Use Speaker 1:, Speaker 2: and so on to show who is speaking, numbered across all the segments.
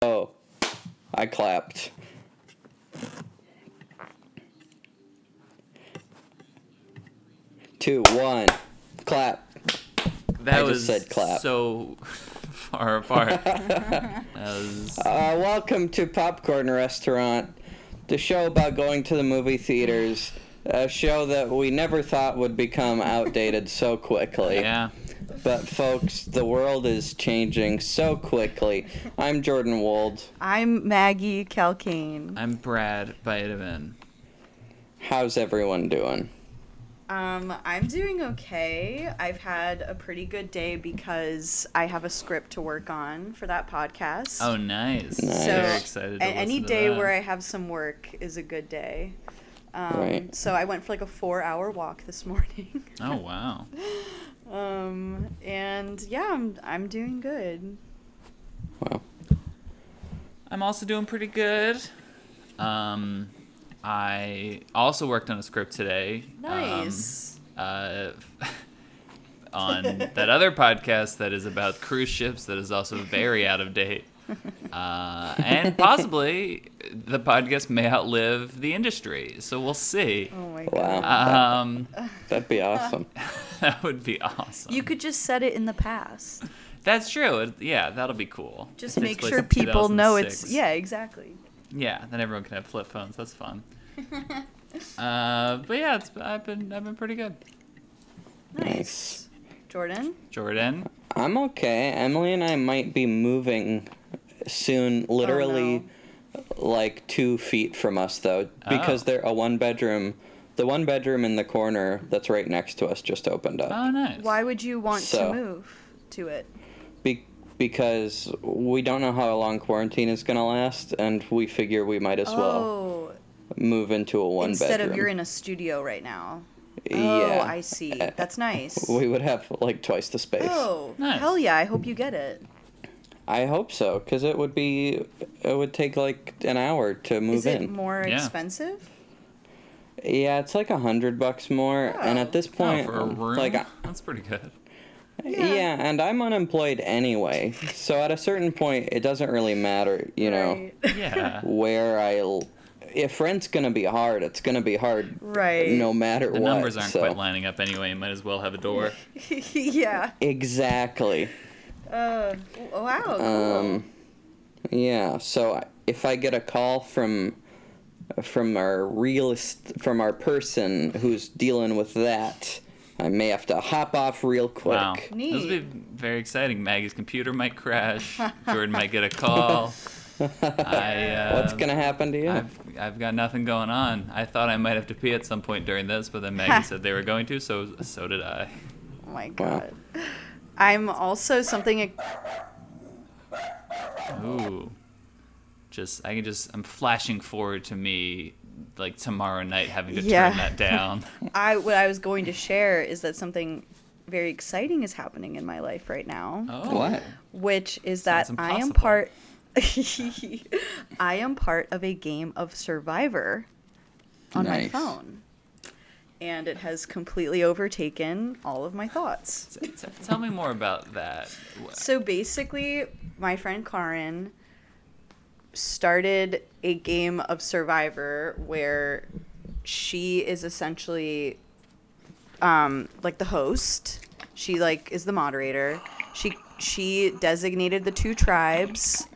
Speaker 1: Oh, I clapped. Two, one, clap.
Speaker 2: That
Speaker 1: I just
Speaker 2: was
Speaker 1: said clap.
Speaker 2: so far apart. that was
Speaker 1: Uh, welcome to Popcorn Restaurant, the show about going to the movie theaters, a show that we never thought would become outdated so quickly.
Speaker 2: yeah.
Speaker 1: But, folks, the world is changing so quickly. I'm Jordan Wold.
Speaker 3: I'm Maggie Calcane.
Speaker 2: I'm Brad Vitamin.
Speaker 1: How's everyone doing?
Speaker 3: Um, I'm doing okay. I've had a pretty good day because I have a script to work on for that podcast.
Speaker 2: Oh, nice.
Speaker 1: Nice.
Speaker 3: So,
Speaker 2: Very excited. To
Speaker 3: and any
Speaker 2: listen to
Speaker 3: day
Speaker 2: that.
Speaker 3: where I have some work is a good day. Um,
Speaker 1: Right.
Speaker 3: So I went for like a four-hour walk this morning,
Speaker 2: Oh wow.
Speaker 3: um, and yeah, I'm I'm doing good.
Speaker 1: Wow.
Speaker 2: I'm also doing pretty good. Um, I also worked on a script today. um,
Speaker 3: Nice.
Speaker 2: uh, on that other podcast that is about cruise ships that is also very out of date. Uh, and possibly the podcast may outlive the industry. So we'll see.
Speaker 3: oh my
Speaker 1: Wow.
Speaker 3: god!
Speaker 2: Um,
Speaker 1: That'd be awesome.
Speaker 2: that would be awesome.
Speaker 3: You could just set it in the past.
Speaker 2: That's true. It- Yeah, that'll be cool.
Speaker 3: Just
Speaker 2: Takes
Speaker 3: make
Speaker 2: place
Speaker 3: sure
Speaker 2: in
Speaker 3: people know it's
Speaker 2: 2006.
Speaker 3: yeah, exactly.
Speaker 2: Yeah, then everyone can have flip phones. That's fun. uh, but yeah, it's, I've been I've been pretty good.
Speaker 1: Nice.
Speaker 3: Jordan?
Speaker 2: Jordan,
Speaker 1: I'm okay. Emily and I might be moving soon,
Speaker 3: Oh,
Speaker 1: literally like two feet from us, though, because
Speaker 2: Oh.
Speaker 1: they're a one bedroom. The one bedroom in the corner that's right next to us just opened up.
Speaker 2: oh nice.
Speaker 3: Why would you want
Speaker 1: So-
Speaker 3: to move to it?
Speaker 1: Be- because we don't know how long quarantine is going to last, and we figure we might as well
Speaker 3: oh,
Speaker 1: move into a one
Speaker 3: instead
Speaker 1: bedroom.
Speaker 3: of you're in a studio right now.
Speaker 1: yeah.
Speaker 3: Oh, I see. That's nice.
Speaker 1: We would have like twice the space.
Speaker 3: oh,
Speaker 2: Nice.
Speaker 3: hell yeah! I hope you get it.
Speaker 1: I hope so, because it would be, it would take like an hour to move
Speaker 3: Is it
Speaker 1: in.
Speaker 3: more
Speaker 2: Yeah.
Speaker 3: expensive?
Speaker 1: Yeah, it's like a hundred bucks more, and at this
Speaker 2: Oh,
Speaker 1: point, um,
Speaker 2: for a room?
Speaker 1: like, I-
Speaker 2: That's pretty good.
Speaker 1: yeah. and I'm unemployed anyway, so at a certain point, it doesn't really matter, you know,
Speaker 3: Right.
Speaker 2: Yeah.
Speaker 1: where I. l- If rent's gonna be hard, it's gonna be hard,
Speaker 3: Right.
Speaker 1: No matter
Speaker 2: The
Speaker 1: what.
Speaker 2: numbers aren't
Speaker 1: so-
Speaker 2: quite lining up anyway. You might as well have a door.
Speaker 3: yeah.
Speaker 1: Exactly.
Speaker 3: Uh, wow. Cool.
Speaker 1: Um, yeah. So I- if I get a call from from our realist from our person who's dealing with that, I may have to hop off real quick.
Speaker 2: Wow. This would be
Speaker 3: Neat.
Speaker 2: very exciting. Maggie's computer might crash. Jordan might get a call. I, uh,
Speaker 1: What's gonna happen to you?
Speaker 2: I've, I've got nothing going on. I thought I might have to pee at some point during this, but then Maggie said they were going to, so so did I.
Speaker 3: oh my god. I'm also something. ex-
Speaker 2: Ooh. Just I can just I'm flashing forward to me like tomorrow night having to
Speaker 3: Yeah.
Speaker 2: turn that down.
Speaker 3: I what I was going to share is that something very exciting is happening in my life right now.
Speaker 2: Oh.
Speaker 3: which is
Speaker 2: Sounds
Speaker 3: that I am
Speaker 2: impossible.
Speaker 3: part I am part of a game of Survivor on
Speaker 1: Nice.
Speaker 3: my phone. And it has completely overtaken all of my thoughts.
Speaker 2: T- t- tell me more about that. Wha-
Speaker 3: So basically, my friend Karin started a game of Survivor where she is essentially um, like the host. She like is the moderator. She she designated the two tribes,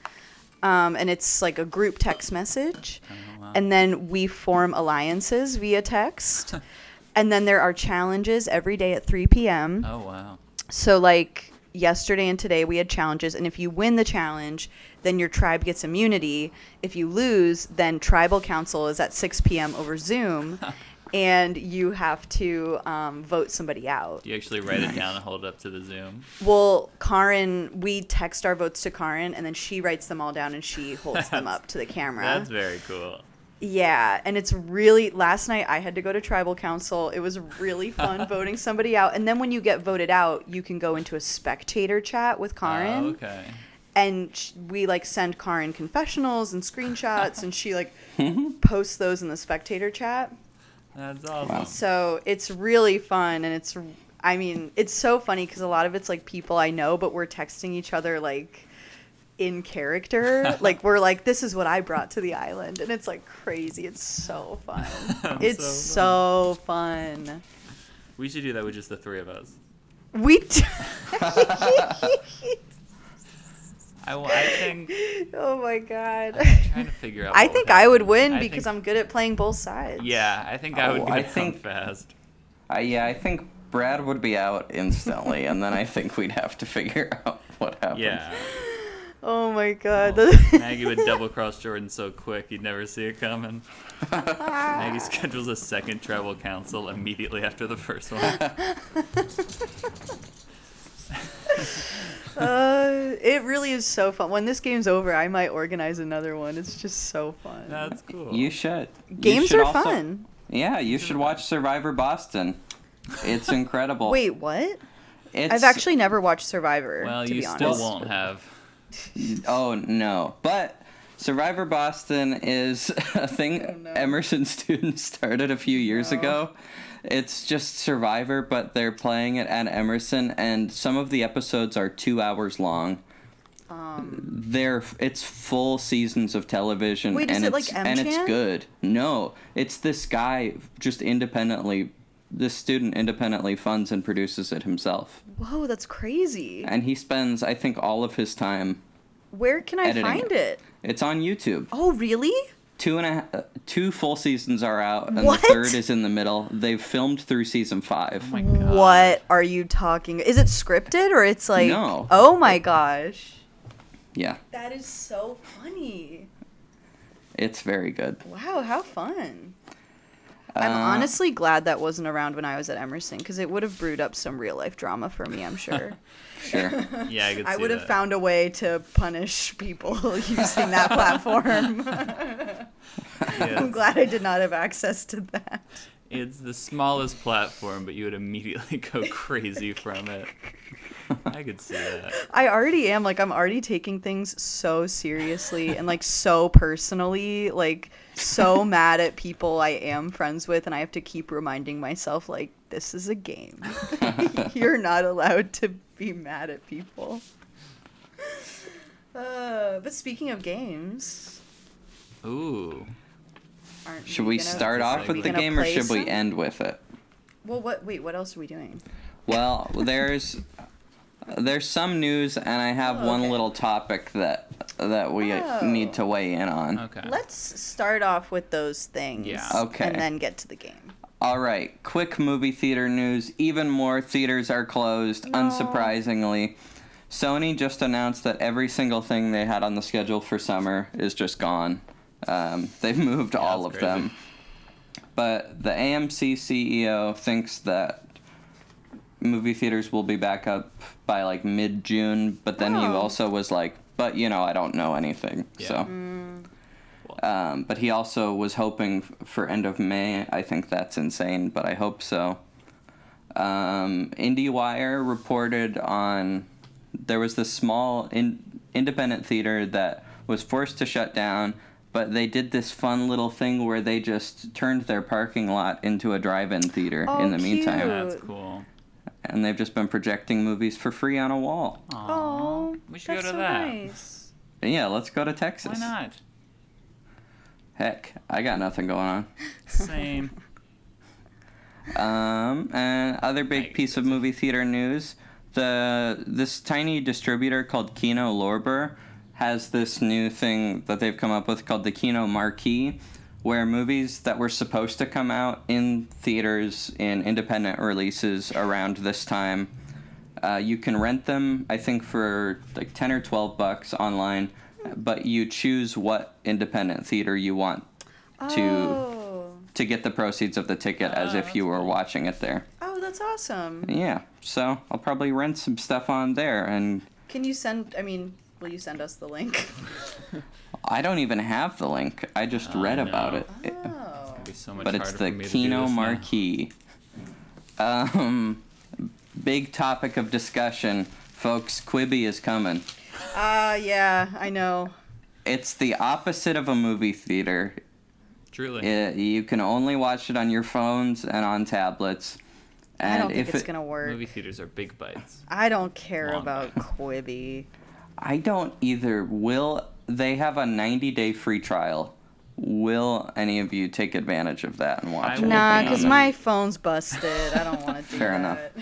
Speaker 3: um, and it's like a group text message, and then we form alliances via text. And then there are challenges every day at 3 p.m.
Speaker 2: Oh wow.
Speaker 3: So like yesterday and today we had challenges and if you win the challenge then your tribe gets immunity if you lose then tribal council is at 6 p.m over zoom and you have to um, vote somebody out
Speaker 2: Do you actually write it down and hold it up to the Zoom?
Speaker 3: well karin we text our votes to karin and then she writes them all down and she holds them up to the camera
Speaker 2: That's very cool.
Speaker 3: yeah, and it's really last night I had to go to tribal council. It was really fun voting somebody out. And then when you get voted out, you can go into a spectator chat with Karin.
Speaker 2: Oh, okay.
Speaker 3: And sh- we like send Karin confessionals and screenshots and she like
Speaker 2: Hmm?
Speaker 3: posts those in the spectator chat.
Speaker 2: That's awesome.
Speaker 3: So, it's really fun and it's I mean, it's so funny cuz a lot of it's like people I know, but we're texting each other like in character. like we're like, this is what I brought to the island, and it's like crazy. It's so fun. it's so fun.
Speaker 2: We should do that with just the three of us.
Speaker 3: We. T-
Speaker 2: I, wa- I think
Speaker 3: oh my god.
Speaker 2: I'm trying to figure out.
Speaker 3: I
Speaker 2: what would
Speaker 3: think I would
Speaker 2: happen.
Speaker 3: win
Speaker 2: I
Speaker 3: because
Speaker 2: think-
Speaker 3: I'm good at playing both sides.
Speaker 2: Yeah, I think I would
Speaker 1: Oh,
Speaker 2: be
Speaker 1: I
Speaker 2: I
Speaker 1: think-
Speaker 2: fast.
Speaker 1: Uh, yeah, I think Brad would be out instantly, and then I think we'd have to figure out what happened.
Speaker 2: Yeah.
Speaker 3: Oh my god.
Speaker 2: Maggie would double cross Jordan so quick you'd never see it coming. Maggie schedules a second travel council immediately after the first one.
Speaker 3: uh, it really is so fun. When this game's over, I might organize another one. It's just so fun.
Speaker 2: That's cool.
Speaker 1: You should. You
Speaker 3: Games
Speaker 1: should
Speaker 3: are
Speaker 1: also-
Speaker 3: fun.
Speaker 1: Yeah, you should watch Survivor Boston. It's incredible.
Speaker 3: Wait, what?
Speaker 1: it's,
Speaker 3: I've actually never watched Survivor.
Speaker 2: well,
Speaker 3: to
Speaker 2: you
Speaker 3: be
Speaker 2: still
Speaker 3: honest.
Speaker 2: won't have.
Speaker 1: Oh no, but. Survivor Boston is a thing
Speaker 3: Oh, no.
Speaker 1: Emerson students started a few years
Speaker 3: No.
Speaker 1: ago. It's just Survivor, but they're playing it at Emerson, and some of the episodes are two hours long.
Speaker 3: Um,
Speaker 1: They're it's full seasons of television.
Speaker 3: Wait, is
Speaker 1: and
Speaker 3: it like
Speaker 1: it's, And it's
Speaker 3: MGM?
Speaker 1: good. No, it's this guy just independently. This student independently funds and produces it himself,
Speaker 3: whoa, that's crazy.
Speaker 1: and he spends I think all of his time.
Speaker 3: Where can I
Speaker 1: Editing
Speaker 3: find
Speaker 1: it.
Speaker 3: it?
Speaker 1: It's on YouTube.
Speaker 3: Oh, really?
Speaker 1: Two and a ha- uh, two full seasons are out, and
Speaker 3: What?
Speaker 1: the third is in the middle. They've filmed through season five.
Speaker 2: Oh my god.
Speaker 3: What are you talking? Is it scripted or it's like?
Speaker 1: No.
Speaker 3: Oh my gosh.
Speaker 1: yeah,
Speaker 3: That is so funny.
Speaker 1: it's very good.
Speaker 3: Wow, how fun. I'm
Speaker 1: Uh,
Speaker 3: honestly glad that wasn't around when I was at Emerson because it would have brewed up some real life drama for me, I'm sure.
Speaker 1: sure.
Speaker 2: Yeah, I could
Speaker 3: I
Speaker 2: see
Speaker 3: would have
Speaker 2: that.
Speaker 3: found a way to punish people using that platform.
Speaker 2: Yeah,
Speaker 3: I'm glad I did not have access to that.
Speaker 2: It's the smallest platform, but you would immediately go crazy from it. I could see that.
Speaker 3: I already am. Like, I'm already taking things so seriously and, like, so personally. Like, so mad at people I am friends with, and I have to keep reminding myself, like, this is a game. You're not allowed to be mad at people. Uh, but speaking of games,
Speaker 2: Ooh.
Speaker 3: aren't
Speaker 1: should we
Speaker 3: gonna-
Speaker 1: start off with the
Speaker 3: gonna
Speaker 1: game, or
Speaker 3: play
Speaker 1: should we
Speaker 3: some?
Speaker 1: end with it?
Speaker 3: Well, what? Wait, what else are we doing?
Speaker 1: Well, there's there's some news, and I have
Speaker 3: Oh, okay. Oh.
Speaker 1: one little topic that that we uh, need to weigh in on.
Speaker 2: Okay.
Speaker 3: Let's start off with those things.
Speaker 2: Yeah.
Speaker 1: Okay.
Speaker 3: And then get to the game.
Speaker 1: All right, quick movie theater news. Even more theaters are closed, unsurprisingly. Sony just announced that every single thing they had on the schedule for summer is just gone. Um, they've moved all of
Speaker 2: that's
Speaker 1: them. But the AMC CEO E thinks that movie theaters will be back up by like mid June, but then he
Speaker 3: Oh.
Speaker 1: also was like, but you know, I don't know anything.
Speaker 2: Yeah.
Speaker 1: So. Um, but he also was hoping f- for end of May. I think that's insane, but I hope so. Um, IndieWire reported on there was this small in, independent theater that was forced to shut down, but they did this fun little thing where they just turned their parking lot into a drive-in theater
Speaker 3: Oh,
Speaker 1: in the meantime,
Speaker 3: cute.
Speaker 2: That's cool.
Speaker 1: and they've just been projecting movies for free on a wall.
Speaker 3: Oh,
Speaker 2: We should go to that.
Speaker 3: nice.
Speaker 1: Yeah, let's go to Texas.
Speaker 2: Why not?
Speaker 1: Heck, I got nothing going on.
Speaker 2: Same.
Speaker 1: Um, and other big
Speaker 2: Nice.
Speaker 1: piece of movie theater news: the this tiny distributor called Kino Lorber has this new thing that they've come up with called the Kino Marquee, where movies that were supposed to come out in theaters in independent releases around this time, uh, you can rent them. I think for like ten or twelve bucks online, but you choose what independent theater you want To-
Speaker 3: Oh.
Speaker 1: to get the proceeds of the ticket as
Speaker 2: Ah,
Speaker 1: if you
Speaker 2: that's
Speaker 1: were
Speaker 2: cool.
Speaker 1: watching it there.
Speaker 3: oh, that's awesome.
Speaker 1: Yeah, so I'll probably rent some stuff on there, and
Speaker 3: Can you send? I mean, will you send us the link?
Speaker 1: I don't even have the link. I just
Speaker 2: Oh,
Speaker 1: read
Speaker 2: no.
Speaker 1: about it, It-
Speaker 3: Oh.
Speaker 2: It'd be so much
Speaker 1: but it's
Speaker 2: Ah. harder
Speaker 1: the
Speaker 2: for me to do
Speaker 1: Kino
Speaker 2: this now.
Speaker 1: Marquee. Um, big topic of discussion, folks. Quibi is coming.
Speaker 3: Ah, yeah, I know.
Speaker 1: It's the opposite of a movie theater.
Speaker 2: Truly.
Speaker 1: It, you can only watch it on your phones and on tablets. And
Speaker 3: I don't think
Speaker 1: if
Speaker 3: it's
Speaker 1: it,
Speaker 3: gonna work.
Speaker 2: Movie theaters are big bites.
Speaker 3: I don't care
Speaker 2: Long
Speaker 3: about Quibi.
Speaker 1: I don't either. Will they have a 90 day free trial? Will any of you take advantage of that and watch
Speaker 2: will.
Speaker 1: it?
Speaker 3: Nah,
Speaker 2: Yeah.
Speaker 3: because my phone's busted. I don't want to do
Speaker 1: Fair enough.
Speaker 3: that.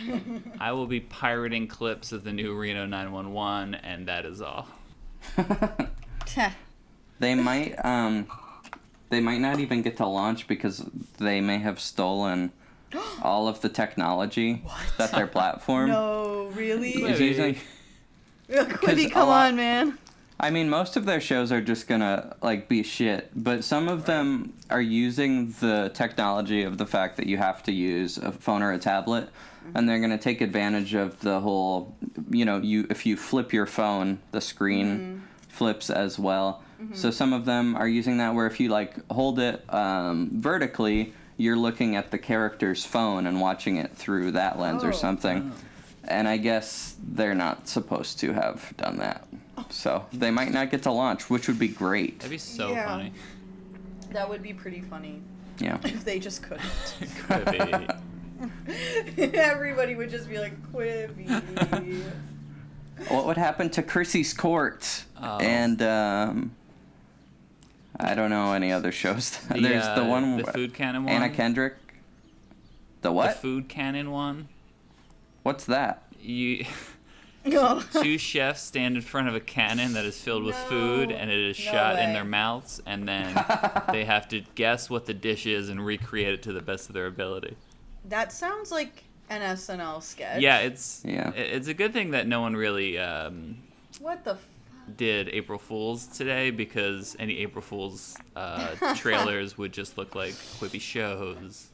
Speaker 2: I will be pirating clips of the new Reno 911, and that is all.
Speaker 3: enough.
Speaker 1: They might um they might not even get to launch because they may have stolen all of the technology that their platform
Speaker 3: no, really?
Speaker 1: is using.
Speaker 3: Quibby,
Speaker 1: a
Speaker 3: come
Speaker 1: lot-
Speaker 3: on, man.
Speaker 1: I mean, most of their shows are just gonna like be shit, but some of them are using the technology of the fact that you have to use a phone or a tablet, and they're gonna take advantage of the whole, you know, you if you flip your phone, the screen flips as well. So some of them are using that where if you like hold it um, vertically, you're looking at the character's phone and watching it through that lens
Speaker 3: Oh.
Speaker 1: or something. And I guess they're not supposed to have done that. So they might not get to launch, which would be great.
Speaker 2: That'd be so
Speaker 3: Yeah.
Speaker 2: funny.
Speaker 3: That would be pretty funny
Speaker 1: Yeah.
Speaker 3: if they just couldn't.
Speaker 2: Could be.
Speaker 3: Everybody would just be like, Quibby.
Speaker 1: What would happen to Chrissy's Court?
Speaker 2: Oh.
Speaker 1: And um, I don't know any other shows.
Speaker 2: The,
Speaker 1: There's the
Speaker 2: uh,
Speaker 1: one
Speaker 2: the
Speaker 1: wh-
Speaker 2: food cannon one.
Speaker 1: Anna Kendrick. The
Speaker 2: The
Speaker 1: what?
Speaker 2: food cannon one.
Speaker 1: What's that?
Speaker 2: You
Speaker 3: No.
Speaker 2: two chefs stand in front of a cannon that is filled with food
Speaker 3: No.
Speaker 2: and it is
Speaker 3: No
Speaker 2: shot in
Speaker 3: way.
Speaker 2: their mouths and then they have to guess what the dish is and recreate it to the best of their ability.
Speaker 3: That sounds like an SNL sketch.
Speaker 2: Yeah, it's
Speaker 1: Yeah.
Speaker 2: i- it's a good thing that no one really um,
Speaker 3: What the? F-
Speaker 2: did April Fools today because any April Fools uh, trailers would just look like quippy shows.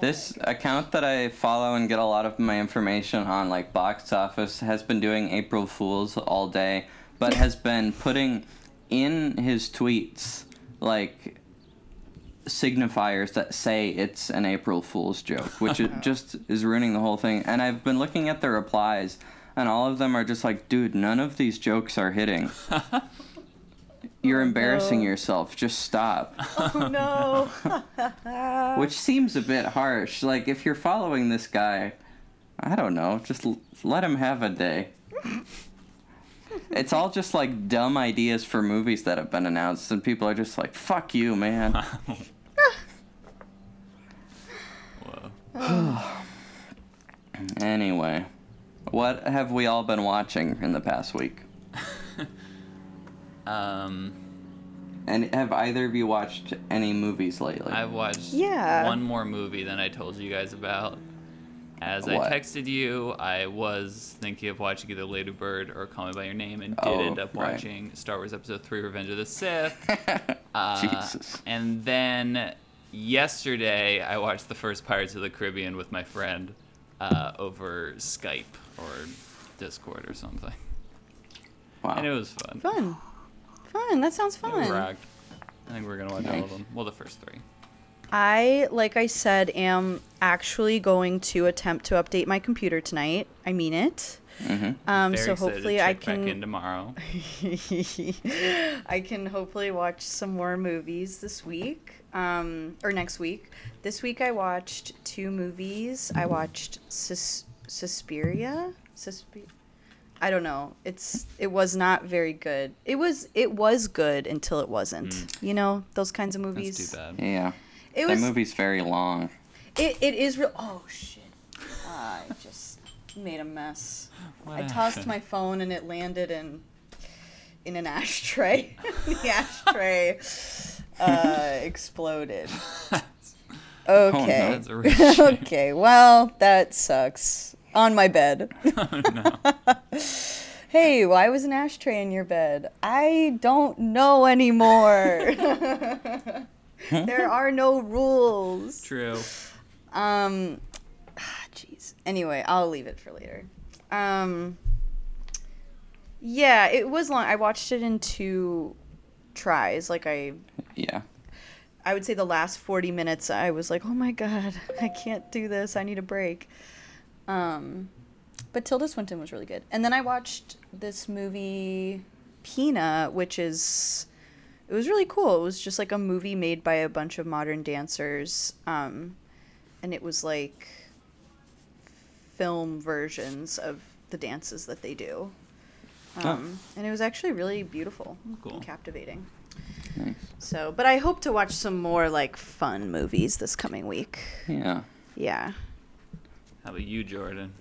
Speaker 1: This account that I follow and get a lot of my information on, like Box Office, has been doing April Fools all day, but has been putting in his tweets like signifiers that say it's an April Fool's joke, which it just is ruining the whole thing. And I've been looking at the replies, and all of them are just like, dude, none of these jokes are hitting. You're embarrassing yourself. Just stop.
Speaker 3: oh no.
Speaker 1: Which seems a bit harsh. Like, if you're following this guy, I don't know, just l- let him have a day. it's all just like dumb ideas for movies that have been announced, and people are just like, fuck you, man.
Speaker 2: Whoa.
Speaker 1: anyway, what have we all been watching in the past week?
Speaker 2: Um,
Speaker 1: And have either of you watched any movies lately?
Speaker 2: I've watched
Speaker 3: Yeah.
Speaker 2: one more movie than I told you guys about. As
Speaker 1: What?
Speaker 2: I texted you, I was thinking of watching either Lady Bird or Call Me by Your Name, and did
Speaker 1: Oh,
Speaker 2: end up
Speaker 1: right.
Speaker 2: watching Star Wars Episode Three: Revenge of the Sith. Uh,
Speaker 1: Jesus.
Speaker 2: And then yesterday, I watched the first Pirates of the Caribbean with my friend uh, over Skype or Discord or something,
Speaker 1: Wow.
Speaker 2: and it was fun.
Speaker 3: fun. Fun. That sounds
Speaker 2: It
Speaker 3: fun.
Speaker 2: rocked. I think we're gonna watch all of
Speaker 1: Nice.
Speaker 2: them. Well, the first three.
Speaker 3: I, like I said, am actually going to attempt to update my computer tonight. I mean it. Um,
Speaker 2: Very
Speaker 3: so
Speaker 2: excited to
Speaker 3: hopefully I
Speaker 2: check back in
Speaker 3: can
Speaker 2: tomorrow.
Speaker 3: I can hopefully watch some more movies this week um, or next week. This week I watched two movies. I watched Sus- Suspiria. Suspi- I don't know. It's it was not very good. It was it was good until it wasn't. You know those kinds of movies.
Speaker 2: That's too bad.
Speaker 1: yeah.
Speaker 3: It
Speaker 1: that
Speaker 3: was
Speaker 1: movie's very long.
Speaker 3: it, it is real. Oh shit! I just made a mess.
Speaker 2: What
Speaker 3: I tossed
Speaker 2: happened?
Speaker 3: my phone and it landed in in an ashtray. the ashtray uh, exploded. Okay.
Speaker 2: That's a real shame.
Speaker 3: okay. Well, that sucks. On my bed.
Speaker 2: oh, no.
Speaker 3: Hey, why was an ashtray in your bed? I don't know anymore. there are no rules.
Speaker 2: True.
Speaker 3: Um, ah, jeez. Anyway, I'll leave it for later. Um, yeah, it was long. I watched it in two tries. Like I,
Speaker 1: Yeah.
Speaker 3: I would say the last forty minutes, I was like, oh my god, I can't do this. I need a break. Um, but Tilda Swinton was really good. And then I watched this movie, Pina, which is. It was really cool. It was just like a movie made by a bunch of modern dancers. Um, and it was like film versions of the dances that they do.
Speaker 1: Oh.
Speaker 3: Um, And it was actually really beautiful,
Speaker 2: Cool.
Speaker 3: and captivating.
Speaker 1: Nice.
Speaker 3: So, but I hope to watch some more like fun movies this coming week.
Speaker 1: Yeah.
Speaker 3: Yeah.
Speaker 2: How about you, Jordan?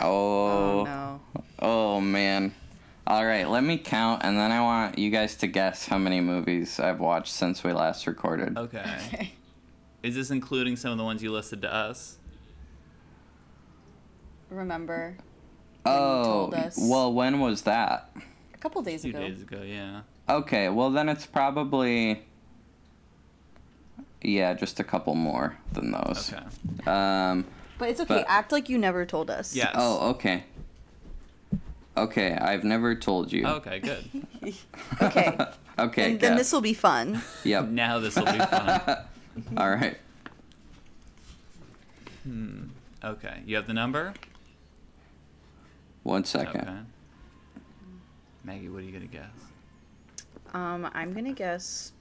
Speaker 1: Oh.
Speaker 3: Oh, no.
Speaker 1: Oh man. All right, let me count and then I want you guys to guess how many movies I've watched since we last recorded.
Speaker 2: Okay. Is this including some of the ones you listed to us?
Speaker 3: Remember
Speaker 1: Oh,
Speaker 3: told us.
Speaker 1: well, when was that?
Speaker 3: a couple days
Speaker 2: Two
Speaker 3: ago.
Speaker 2: days ago, yeah.
Speaker 1: Okay, well then it's probably yeah, just a couple more than those.
Speaker 2: Okay.
Speaker 1: Um
Speaker 3: But it's okay.
Speaker 1: But-
Speaker 3: Act like you never told us.
Speaker 2: Yes.
Speaker 1: oh, okay. Okay, I've never told you.
Speaker 2: Okay, good.
Speaker 3: Okay.
Speaker 1: okay.
Speaker 3: and then
Speaker 1: guess.
Speaker 3: this will be fun.
Speaker 1: Yep.
Speaker 2: Now this will be fun.
Speaker 1: All right.
Speaker 2: Okay. You have the number?
Speaker 1: One second.
Speaker 2: Okay. Maggie, what are you going to guess?
Speaker 3: Um, I'm gonna guess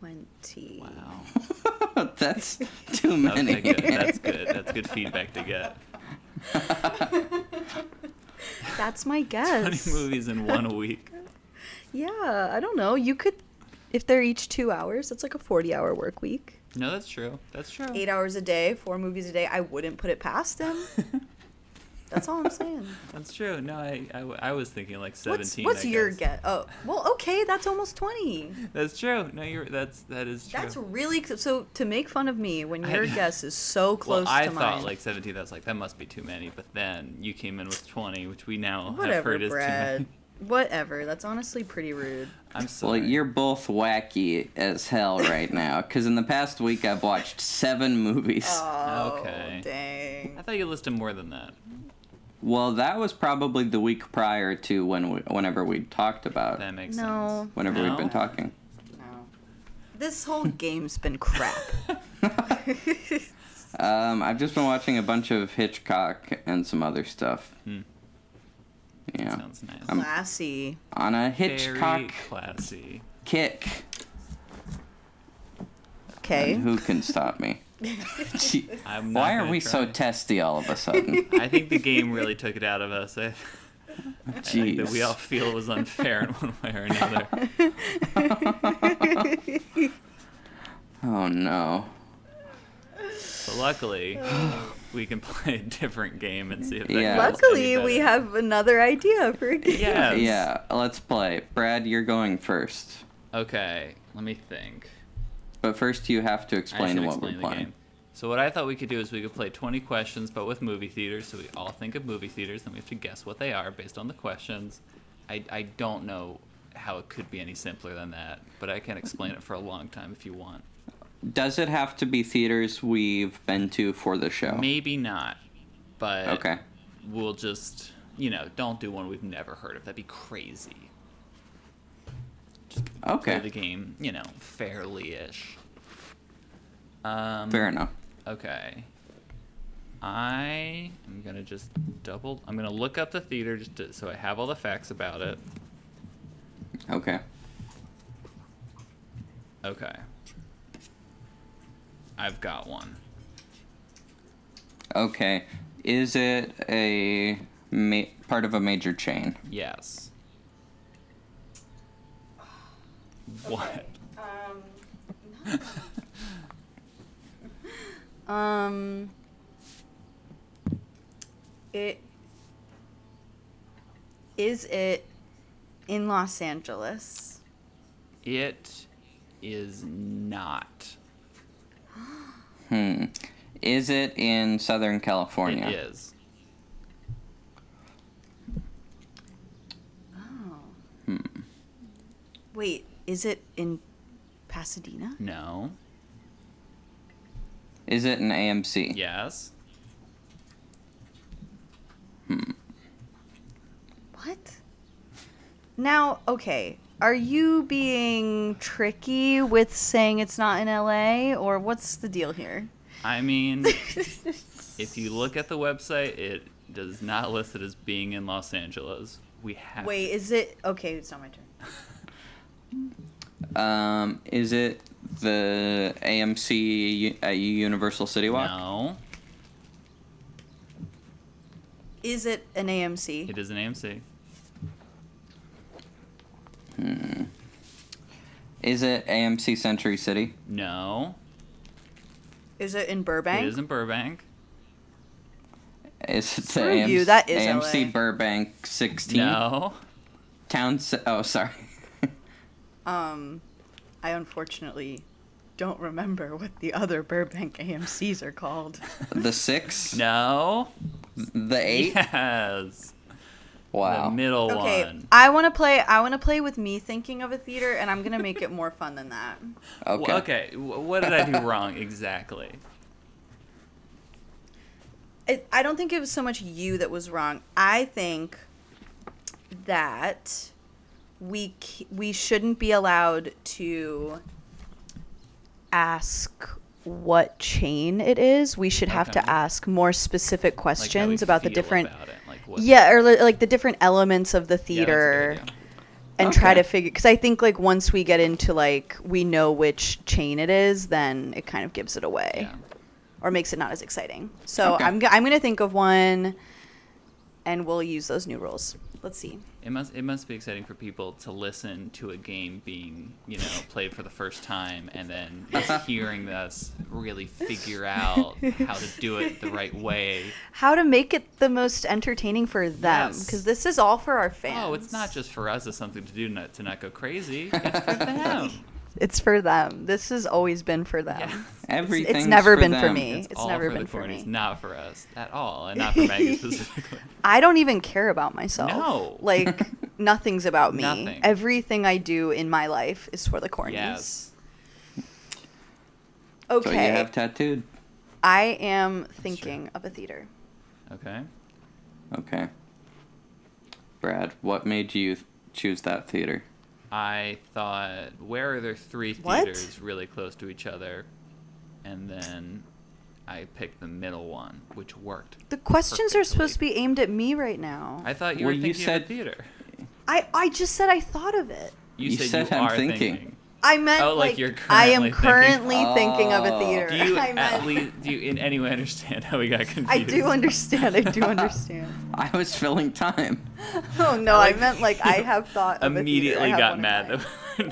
Speaker 3: twenty.
Speaker 2: Wow.
Speaker 1: That's too many.
Speaker 2: Okay, good. That's good. That's good feedback to get.
Speaker 3: That's my
Speaker 2: 20
Speaker 3: guess.
Speaker 2: movies in one week.
Speaker 3: Yeah, I don't know. You could, if they're each two hours, that's like a forty-hour work week.
Speaker 2: No, that's true. That's true.
Speaker 3: Eight hours a day, four movies a day. I wouldn't put it past them. That's all I'm saying.
Speaker 2: That's true. No, I, I, w- I was thinking like 17.
Speaker 3: What's what's
Speaker 2: I
Speaker 3: your
Speaker 2: guess.
Speaker 3: guess? Oh, well, okay, that's almost twenty.
Speaker 2: That's true. No, you're that's that is true.
Speaker 3: That's really so. To make fun of me when
Speaker 2: I-
Speaker 3: your guess is so close
Speaker 2: well, I
Speaker 3: to
Speaker 2: thought
Speaker 3: mine.
Speaker 2: like 17. I was like, that must be too many. But then you came in with 20, which we now have
Speaker 3: Whatever,
Speaker 2: heard is too
Speaker 3: Brad.
Speaker 2: many.
Speaker 3: Whatever. That's honestly pretty rude.
Speaker 2: I'm sorry.
Speaker 1: Well, you're both wacky as hell right now. Because in the past week, I've watched seven movies.
Speaker 3: Oh,
Speaker 2: Okay. I
Speaker 3: dang.
Speaker 2: thought you listed more than that.
Speaker 1: Well, that was probably the week prior to when we, whenever we talked about
Speaker 2: That makes
Speaker 3: No.
Speaker 1: whenever we've been
Speaker 2: No.
Speaker 1: talking.
Speaker 3: No. This whole game's been crap.
Speaker 1: Um, I've just been watching a bunch of Hitchcock and some other stuff.
Speaker 2: Hmm.
Speaker 1: Yeah,
Speaker 2: sense. Sounds nice.
Speaker 1: I'm
Speaker 3: Classy.
Speaker 1: on a Hitchcock
Speaker 2: Very classy.
Speaker 1: kick.
Speaker 3: Okay. Eh?
Speaker 1: And who can stop me? Gee,
Speaker 2: I'm not
Speaker 1: Why are
Speaker 2: gonna
Speaker 1: we so
Speaker 2: try.
Speaker 1: testy all of a sudden?
Speaker 2: I think the game really took it out of us. I, I think that we all feel was unfair in one way or another.
Speaker 1: Oh no.
Speaker 2: But luckily, we can play a different game and see if that
Speaker 1: Yeah.
Speaker 2: feels any
Speaker 3: Luckily, we
Speaker 2: better.
Speaker 3: have another idea for a game.
Speaker 2: Yes.
Speaker 1: Yeah, let's play. Brad, you're going first.
Speaker 2: Okay, let me think.
Speaker 1: But first, you have to explain
Speaker 2: I should
Speaker 1: what
Speaker 2: explain
Speaker 1: we're
Speaker 2: the
Speaker 1: playing.
Speaker 2: game. So what I thought we could do is we could play 20 questions, but with movie theaters. So we all think of movie theaters, and we have to guess what they are based on the questions. I, I don't know how it could be any simpler than that, but I can explain it for a long time if you want.
Speaker 1: Does it have to be theaters we've been to for the show?
Speaker 2: Maybe not, but
Speaker 1: Oh. Okay.
Speaker 2: we'll just you know don't do one we've never heard of. That'd be crazy. Play the
Speaker 1: Okay.
Speaker 2: game, you know, fairly ish. Um,
Speaker 1: Fair enough.
Speaker 2: Okay. I am gonna just double. I'm gonna look up the theater just to, so I have all the facts about it.
Speaker 1: Okay.
Speaker 2: Okay. I've got one.
Speaker 1: Okay. Is it a ma- part of a major chain?
Speaker 2: Yes. What?
Speaker 3: Um. It. Is it in Los Angeles?
Speaker 2: It is not.
Speaker 1: Hmm. Is it in Southern California?
Speaker 2: It is.
Speaker 3: Oh.
Speaker 2: Hmm.
Speaker 3: Wait, is it in Pasadena?
Speaker 2: No.
Speaker 1: Is it an AMC?
Speaker 2: Yes.
Speaker 3: What? Now, okay. Are you being tricky with saying it's not in LA or what's the deal here?
Speaker 2: I mean, if you look at the website, it does not list it as being in Los Angeles. We have.
Speaker 3: Wait, is it okay, it's not my turn.
Speaker 1: Um, is it the AMC u- at Universal City Walk?
Speaker 2: No.
Speaker 3: Is it an AMC?
Speaker 2: It is an AMC.
Speaker 1: Is it AMC Century City?
Speaker 2: No,
Speaker 3: Is it in Burbank?
Speaker 2: it is in Burbank.
Speaker 1: Is it the
Speaker 3: Screw
Speaker 1: AMC,
Speaker 3: you, that is
Speaker 1: AMC
Speaker 3: LA.
Speaker 1: Burbank 16?
Speaker 2: No,
Speaker 1: Town. Ce- oh, sorry.
Speaker 3: Um, I unfortunately don't remember what the other Burbank AMC's are called.
Speaker 1: the six?
Speaker 2: no.
Speaker 1: The eight?
Speaker 2: Yes, the
Speaker 1: Wow.
Speaker 2: middle
Speaker 3: Okay,
Speaker 2: one.
Speaker 3: I want to play. I want to play with me thinking of a theater, and I'm gonna make it more fun than that.
Speaker 1: okay.
Speaker 2: Wh- okay. wh- What did I do wrong exactly?
Speaker 3: It, I don't think it was so much you that was wrong. I think that we c- we shouldn't be allowed to ask what chain it is. We should have
Speaker 2: Okay.
Speaker 3: to ask more specific
Speaker 2: Like how we
Speaker 3: questions about the
Speaker 2: feel
Speaker 3: different
Speaker 2: about it, like what-
Speaker 3: yeah or li- like the different elements of the
Speaker 2: Yeah, that's a
Speaker 3: theater
Speaker 2: good idea.
Speaker 3: and try
Speaker 1: Okay.
Speaker 3: to figure because i think like once we get into like we know which chain it is then it kind of gives it away
Speaker 2: Yeah.
Speaker 3: or makes it not as exciting so
Speaker 1: Okay.
Speaker 3: i'm, g- I'm gonna think of one and we'll use those new rules let's see
Speaker 2: It must it must be exciting for people to listen to a game being you know played for the first time and then just hearing us really figure out how to do it the right way.
Speaker 3: how to make it the most entertaining for them
Speaker 2: Yes.
Speaker 3: because this is all for our fans
Speaker 2: Oh, it's not just for us as something to do not to not go crazy. It's for them.
Speaker 3: it's for them this has always been for them
Speaker 2: Yeah.
Speaker 1: Everything.
Speaker 3: it's never been for me
Speaker 2: It's,
Speaker 3: it's,
Speaker 2: all
Speaker 3: never
Speaker 2: for
Speaker 3: been
Speaker 2: the
Speaker 3: for
Speaker 2: cornies,
Speaker 3: me
Speaker 2: not for us at all, and not for Maggie specifically.
Speaker 3: I don't even care about myself.
Speaker 2: No.
Speaker 3: Like nothing's about me.
Speaker 2: Nothing.
Speaker 3: Everything I do in my life is for the cornies.
Speaker 2: Yes.
Speaker 1: So
Speaker 3: Okay.
Speaker 1: you have tattooed.
Speaker 3: I am thinking of a theater.
Speaker 2: Okay.
Speaker 1: Okay. Brad, what made you th- choose that theater?
Speaker 2: I thought, where are there three
Speaker 3: What?
Speaker 2: theaters really close to each other? And then I picked the middle one, which worked.
Speaker 3: The questions are supposed to
Speaker 2: Perfectly.
Speaker 3: be aimed at me right now. I
Speaker 2: I thought you
Speaker 1: Well,
Speaker 2: were
Speaker 1: you
Speaker 2: thinking of a
Speaker 1: said-
Speaker 2: theater.
Speaker 3: I, just said I thought of it.
Speaker 2: You,
Speaker 1: You
Speaker 2: said,
Speaker 1: said
Speaker 2: you
Speaker 1: I'm
Speaker 2: are
Speaker 1: thinking.
Speaker 2: thinking.
Speaker 3: I meant
Speaker 2: Oh, like
Speaker 3: like,
Speaker 2: you're
Speaker 3: I am
Speaker 2: currently
Speaker 3: currently
Speaker 1: thinking-
Speaker 3: thinking of a
Speaker 1: Oh.
Speaker 3: theater.
Speaker 2: Do you
Speaker 3: I
Speaker 2: at
Speaker 3: meant-
Speaker 2: least do you in any way understand how we got confused?
Speaker 3: I do understand. I do understand.
Speaker 1: I was filling time.
Speaker 3: Oh no, I,
Speaker 2: like that
Speaker 3: meant like I have thought of a theater. I
Speaker 2: Immediately
Speaker 3: have one
Speaker 2: got
Speaker 3: in
Speaker 2: mad
Speaker 3: mind.
Speaker 2: that we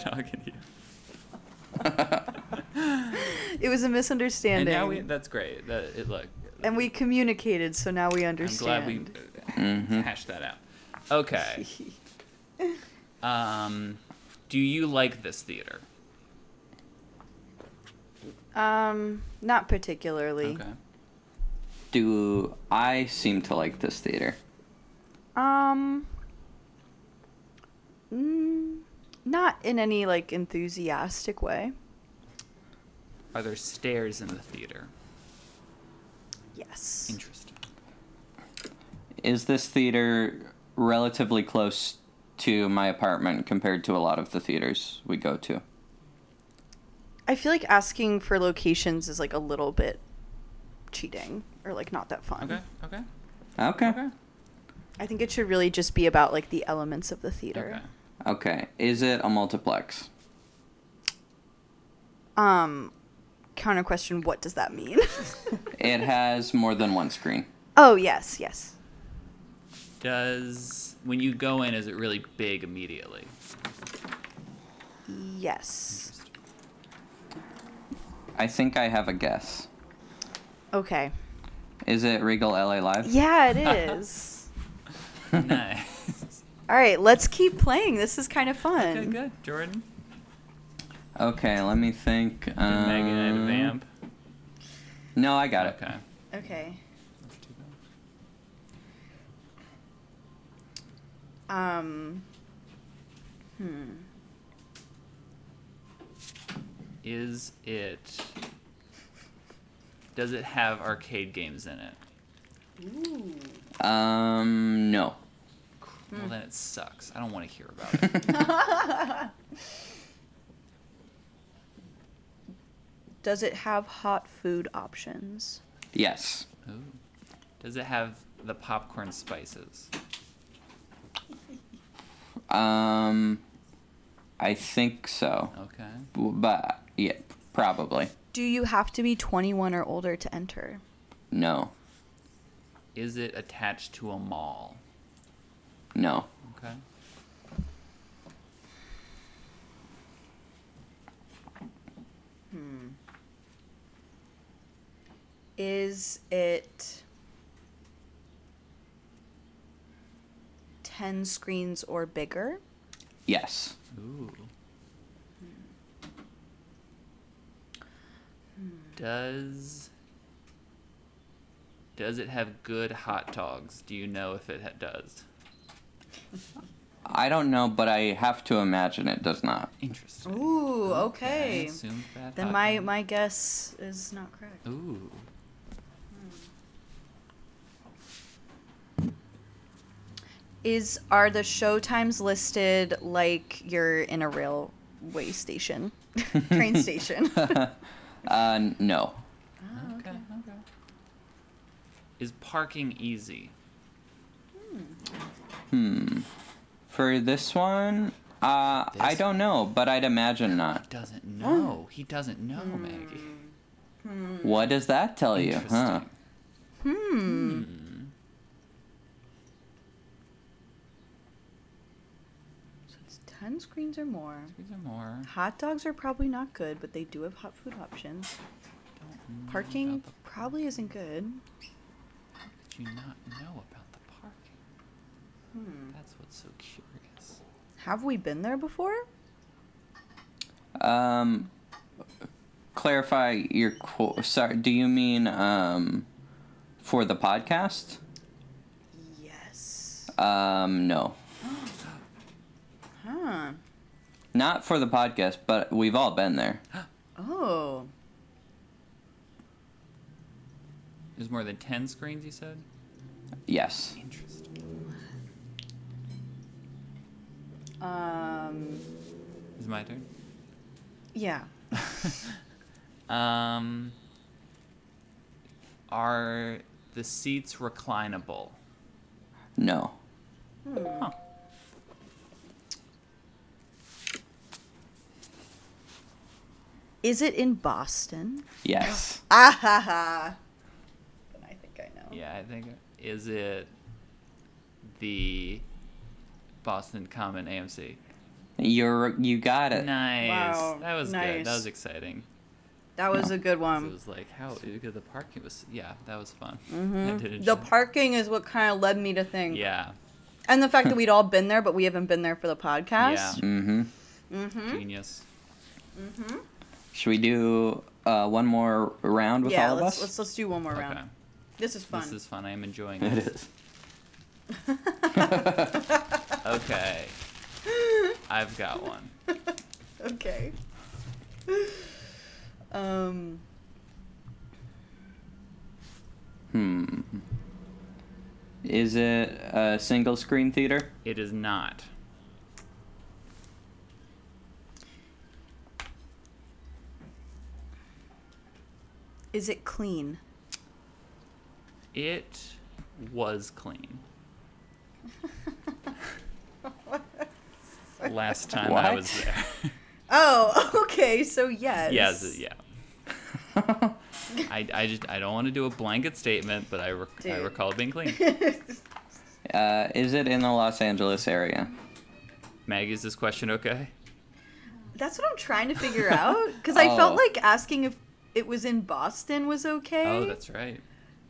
Speaker 2: were talking to you.
Speaker 3: It was a
Speaker 2: And
Speaker 3: misunderstanding.
Speaker 2: now we, that's great. That it look.
Speaker 3: and we communicated, so now we
Speaker 2: I'm
Speaker 3: understand.
Speaker 2: glad we
Speaker 1: Mhm.
Speaker 2: hashed that out. Okay. Um, do you like this theater?
Speaker 3: Um, not particularly.
Speaker 2: Okay.
Speaker 1: Do I seem to like this theater?
Speaker 3: Um, mm, not in any like enthusiastic way.
Speaker 2: Are there stairs in the theater?
Speaker 3: Yes.
Speaker 2: Interesting.
Speaker 1: Is this theater relatively close to my apartment compared to a lot of the theaters we go to?
Speaker 3: I feel like asking for locations is like a little bit cheating or like not that fun.
Speaker 2: Okay. Okay.
Speaker 1: Okay.
Speaker 2: Okay.
Speaker 3: I think it should really just be about like the elements of the theater.
Speaker 2: Okay.
Speaker 1: Okay. Is it a multiplex?
Speaker 3: Um, counter question: What does that mean?
Speaker 1: It has more than one screen.
Speaker 3: oh yes, yes.
Speaker 2: Does when you go in, is it really big immediately? Mm-hmm.
Speaker 3: Yes.
Speaker 1: I think I have a guess.
Speaker 3: Okay.
Speaker 1: Is it Regal LA Live?
Speaker 3: Yeah, it is.
Speaker 2: nice.
Speaker 3: All right, let's keep playing. This is kind of fun.
Speaker 2: Good. Good. Jordan.
Speaker 1: Okay, let me think.
Speaker 2: Did Maggie and I have a
Speaker 1: um,
Speaker 2: vamp.
Speaker 1: No, I got it.
Speaker 2: Okay.
Speaker 3: Okay.
Speaker 2: That's too bad.
Speaker 3: Um. Hmm.
Speaker 2: Is it? Does it have arcade games in it?
Speaker 1: Um, no.
Speaker 2: Well, then it sucks. I don't want to hear about it.
Speaker 3: Does it have hot food options?
Speaker 1: yes.
Speaker 2: Ooh. Does it have the popcorn spices?
Speaker 1: Um, I think so.
Speaker 2: Okay.
Speaker 1: W- But yeah, probably
Speaker 3: Do you have to be 21 or older to enter?
Speaker 1: no.
Speaker 2: Is it attached to a mall?
Speaker 1: No.
Speaker 2: Okay.
Speaker 3: Is it 10 screens or bigger?
Speaker 1: Yes.
Speaker 2: Ooh. Does does it have good hot dogs? Do you know if it ha- does?
Speaker 1: I don't know, but I have to imagine it does not.
Speaker 2: Interesting.
Speaker 3: Ooh,
Speaker 2: I
Speaker 3: okay.
Speaker 2: assumed that
Speaker 3: Then
Speaker 2: hot
Speaker 3: my,
Speaker 2: dog-
Speaker 3: my guess is not correct.
Speaker 2: Ooh.
Speaker 3: Is are the show times listed like you're in a railway station, train station?
Speaker 1: uh, n- no.
Speaker 2: Oh, Okay. Okay. Is parking easy?
Speaker 1: For this one, uh, I
Speaker 2: This-
Speaker 1: don't know, but I'd imagine not.
Speaker 2: Doesn't know. He doesn't know,
Speaker 3: Hmm.
Speaker 2: Maggie.
Speaker 3: Mm.
Speaker 1: What does that
Speaker 2: Oh,
Speaker 1: tell you? Huh?
Speaker 2: Interesting.
Speaker 3: Hmm. So it's 10 screens or more.
Speaker 2: These are more.
Speaker 3: Hot dogs are probably not good, but they do have hot food options.
Speaker 2: Don't know
Speaker 3: Parking
Speaker 2: about the-
Speaker 3: probably isn't good.
Speaker 2: Did you not know about the parking?
Speaker 3: Hmm.
Speaker 2: That's what's so curious.
Speaker 3: Have we been there before?
Speaker 1: Um, clarify your. Qu- sorry, do you mean um, for the podcast?
Speaker 3: Yes.
Speaker 1: Um, no.
Speaker 3: Huh.
Speaker 1: Not for the podcast, but we've all been there.
Speaker 3: Oh.
Speaker 2: There's more than 10 screens, you said?
Speaker 1: Yes.
Speaker 2: Interesting.
Speaker 3: Um.
Speaker 2: Is it my turn?
Speaker 3: Yeah.
Speaker 2: Um, are the seats reclinable?
Speaker 1: No.
Speaker 2: Huh.
Speaker 3: Is it in Boston?
Speaker 1: Yes.
Speaker 3: Ah ha ha. I think I know.
Speaker 2: Yeah, I think. Is it the Boston Common AMC?
Speaker 1: You're. You got it.
Speaker 2: Nice.
Speaker 3: Uh, Wow,
Speaker 2: that was good. That
Speaker 3: nice. Um,
Speaker 2: was exciting.
Speaker 3: That was a good
Speaker 2: 'Cause it
Speaker 3: one.
Speaker 2: was like how because the parking was. Yeah, that was fun. I did
Speaker 3: Mm-hmm. The
Speaker 2: enjoy-
Speaker 3: parking is what kind of led me to think.
Speaker 2: Yeah.
Speaker 3: And the fact that we'd all been there, but we haven't been there for the
Speaker 2: Yeah.
Speaker 3: podcast. mm-hmm.
Speaker 1: Mm-hmm.
Speaker 2: Genius.
Speaker 1: Should we do uh, one more round with all of
Speaker 3: let's,
Speaker 1: us?
Speaker 3: let's let's do one more round.
Speaker 2: Okay.
Speaker 3: This is fun.
Speaker 2: This is fun. I am enjoying it.
Speaker 1: It is.
Speaker 2: Okay. I've got one.
Speaker 3: okay. um.
Speaker 1: Hmm. Is it a single screen theater?
Speaker 2: It is not.
Speaker 3: Is it clean?
Speaker 2: It was clean. Last time I was
Speaker 1: What?
Speaker 2: there.
Speaker 3: Oh, okay. So yes.
Speaker 2: yes, yeah.
Speaker 1: Uh,
Speaker 2: I, I just I don't want to do a blanket statement, but I, rec- I
Speaker 3: Dude.
Speaker 2: recall being clean.
Speaker 1: Uh, is it in the Los Angeles area?
Speaker 2: Maggie, is this question okay?
Speaker 3: That's what I'm trying to figure out because I
Speaker 1: Oh.
Speaker 3: felt like asking if it was in Boston was okay.
Speaker 2: Oh, that's right.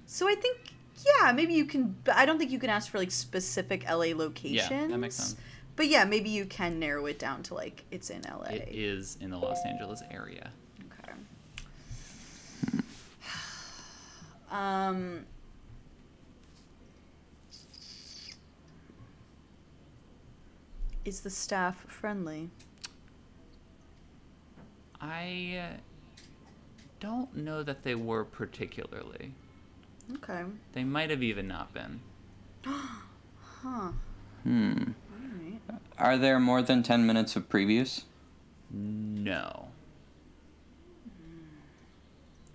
Speaker 3: so I think yeah, maybe you can. But I don't think you can ask for like specific LA locations.
Speaker 2: makes sense.
Speaker 3: But yeah, maybe you can narrow it down to like it's in LA.
Speaker 2: It is in the Los Angeles area.
Speaker 3: Okay. Um. Is the staff friendly?
Speaker 2: I uh, don't know that they were particularly.
Speaker 3: Okay.
Speaker 2: They might have even not been.
Speaker 3: Huh.
Speaker 1: Hmm.
Speaker 3: Alright.
Speaker 1: Are there more than 10 minutes of previews?
Speaker 2: No.